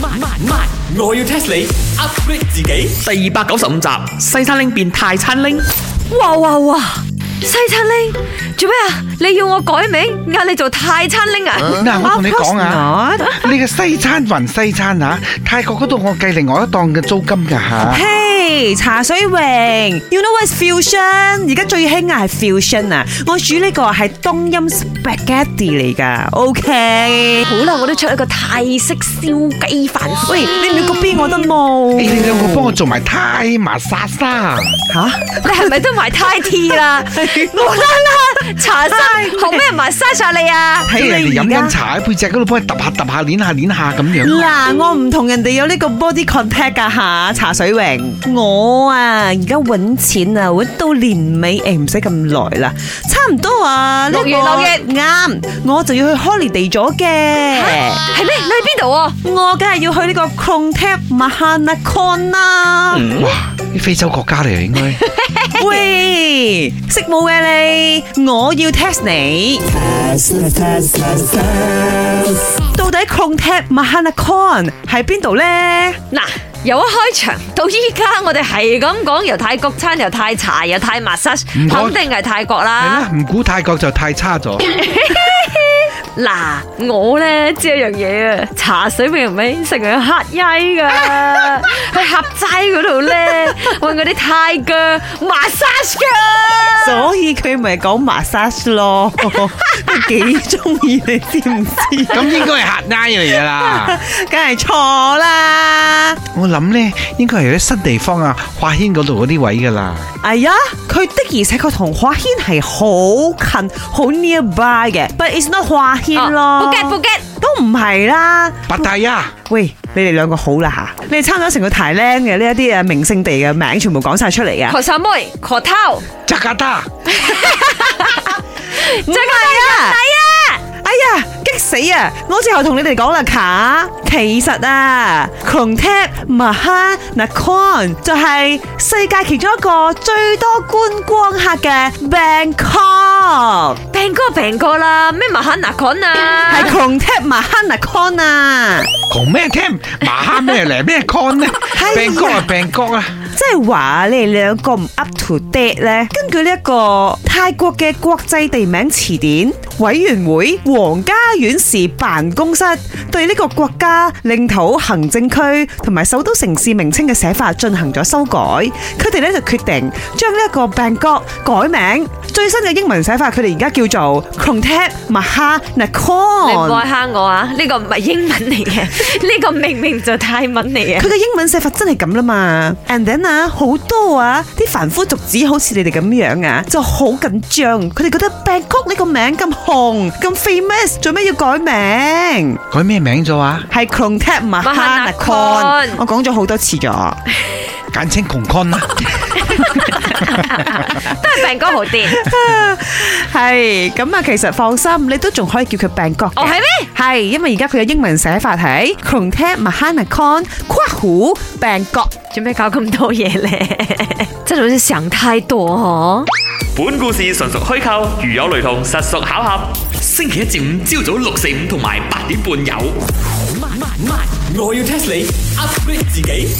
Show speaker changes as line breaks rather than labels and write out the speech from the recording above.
慢慢，我要 test 你 upgrade 自己。第二百九十五集，西餐拎變泰餐拎。
哇哇哇！西餐拎做咩啊？你要我改名，呃嗌你做泰餐拎啊？
嗱，我同你講啊
Of course，
你嘅西餐還西餐吓，泰國嗰度我計另外一檔嘅租金噶吓。
嘿，茶水榮，you know what is fusion？而家最興啊係 fusion 啊！我煮呢個係冬陰 spaghetti 嚟㗎，OK？
好啦，我都出一個泰式燒雞飯。
喂，你唔要個邊我得冇？
你哋兩個幫我做埋泰麻沙沙，
吓？
你係咪都埋 Thai tea 啦？無啦啦，茶室學咩埋沙茶你啊？
睇人哋飲
你而家
緊茶喺背脊嗰度幫佢揼下揼下，捻下捻下咁樣。
嗱，我唔同人哋有呢個 body contact 噶吓，茶水榮，我啊而家揾錢啊，揾到年尾誒唔使咁耐啦，差唔多啊，呢個
六月六月
啱，我就要去 holiday 咗嘅。
係咩？你去邊度啊？
我梗係要去呢個 c r o n t a p Mahana Con 啦。
哇，啲非洲國家嚟啊，應該。
喂，識冇嘅你，我要 test 你。到底 c r o n t a p Mahana Con 喺邊度咧？
嗱，由一開場到依家，我哋係咁講，由泰國餐，由泰茶，由泰 massage，
唔該
肯定係泰國
係
啦。
啦，唔估泰國就太差咗。
嗱，我咧知一樣嘢啊，茶水明明成日黑曳 噶，喺合齋嗰度咧揾嗰啲泰腳 massage 噶。
所以佢咪講 massage 咯， 佢幾中意你知唔知？
咁應該係客拉嚟噶啦。
梗係錯啦！
我諗咧，應該係啲新地方啊，華軒嗰度嗰啲位噶啦。
哎呀，佢的而且確同華軒係好近、好 nearby 嘅，but it's not 華軒咯。
布吉布吉，
都唔係啦。
白大呀，
喂，你哋兩個好啦吓，你哋參咗成個台靚嘅呢一啲啊名勝地嘅名，全部講晒出嚟啊！
學生妹，學偷，
扎加達，
唔係啊，哎呀，激死啊！我最後同你哋講啦，卡，其實啊 c o n t a p Maha Nakhon 就係世界其中一個最多觀光客嘅 Bangkok，
病哥病哥啦，咩麻肯拿菌
係
啊？
c o n t a p Maha Nakhon 啊！
講咩聽？麻蝦咩嚟？咩 con à, 呢？
呀
病哥啊，病哥啊！
即係話你哋兩個唔 up to date 咧，根據呢一個泰國嘅國際地名詞典委員會皇家院士辦公室對呢個國家領土、行政區同埋首都城市名稱嘅寫法進行咗修改，佢哋咧就決定將呢一個 Bangkok 改名，最新嘅英文寫法佢哋而家叫做 k r o n t a p Maha
你唔
Nakhon
愛。蝦我啊！呢個唔係英文嚟 嘅，呢個明明就泰文嚟嘅
佢。嘅英文寫法真係咁啦嘛，and then 啊好多啊啲凡夫俗子好似你哋咁樣啊，就好緊張，佢哋覺得 Bangkok 呢個名咁紅咁 famous，做咩要改名？
改咩名咗啊？
係 c r o n t a p Mahana Con，我講咗好多次咗。
簡稱窮 con 啊啦。
都係病哥好啲。
係咁啊，其實放心，你都仲可以叫佢 Bangkok 嘅。
哦係咩？
係，因為而家佢嘅英文寫法係 c r o n t a p Mahana Con 括弧 Bangkok。
做咩搞咁多嘢 咧？真係好似想太多啊嗬。
本故事純屬虛構，如有雷同，實屬巧合。星期一至五朝早六四五同埋八點半有。我要 test 你 upgrade 自己。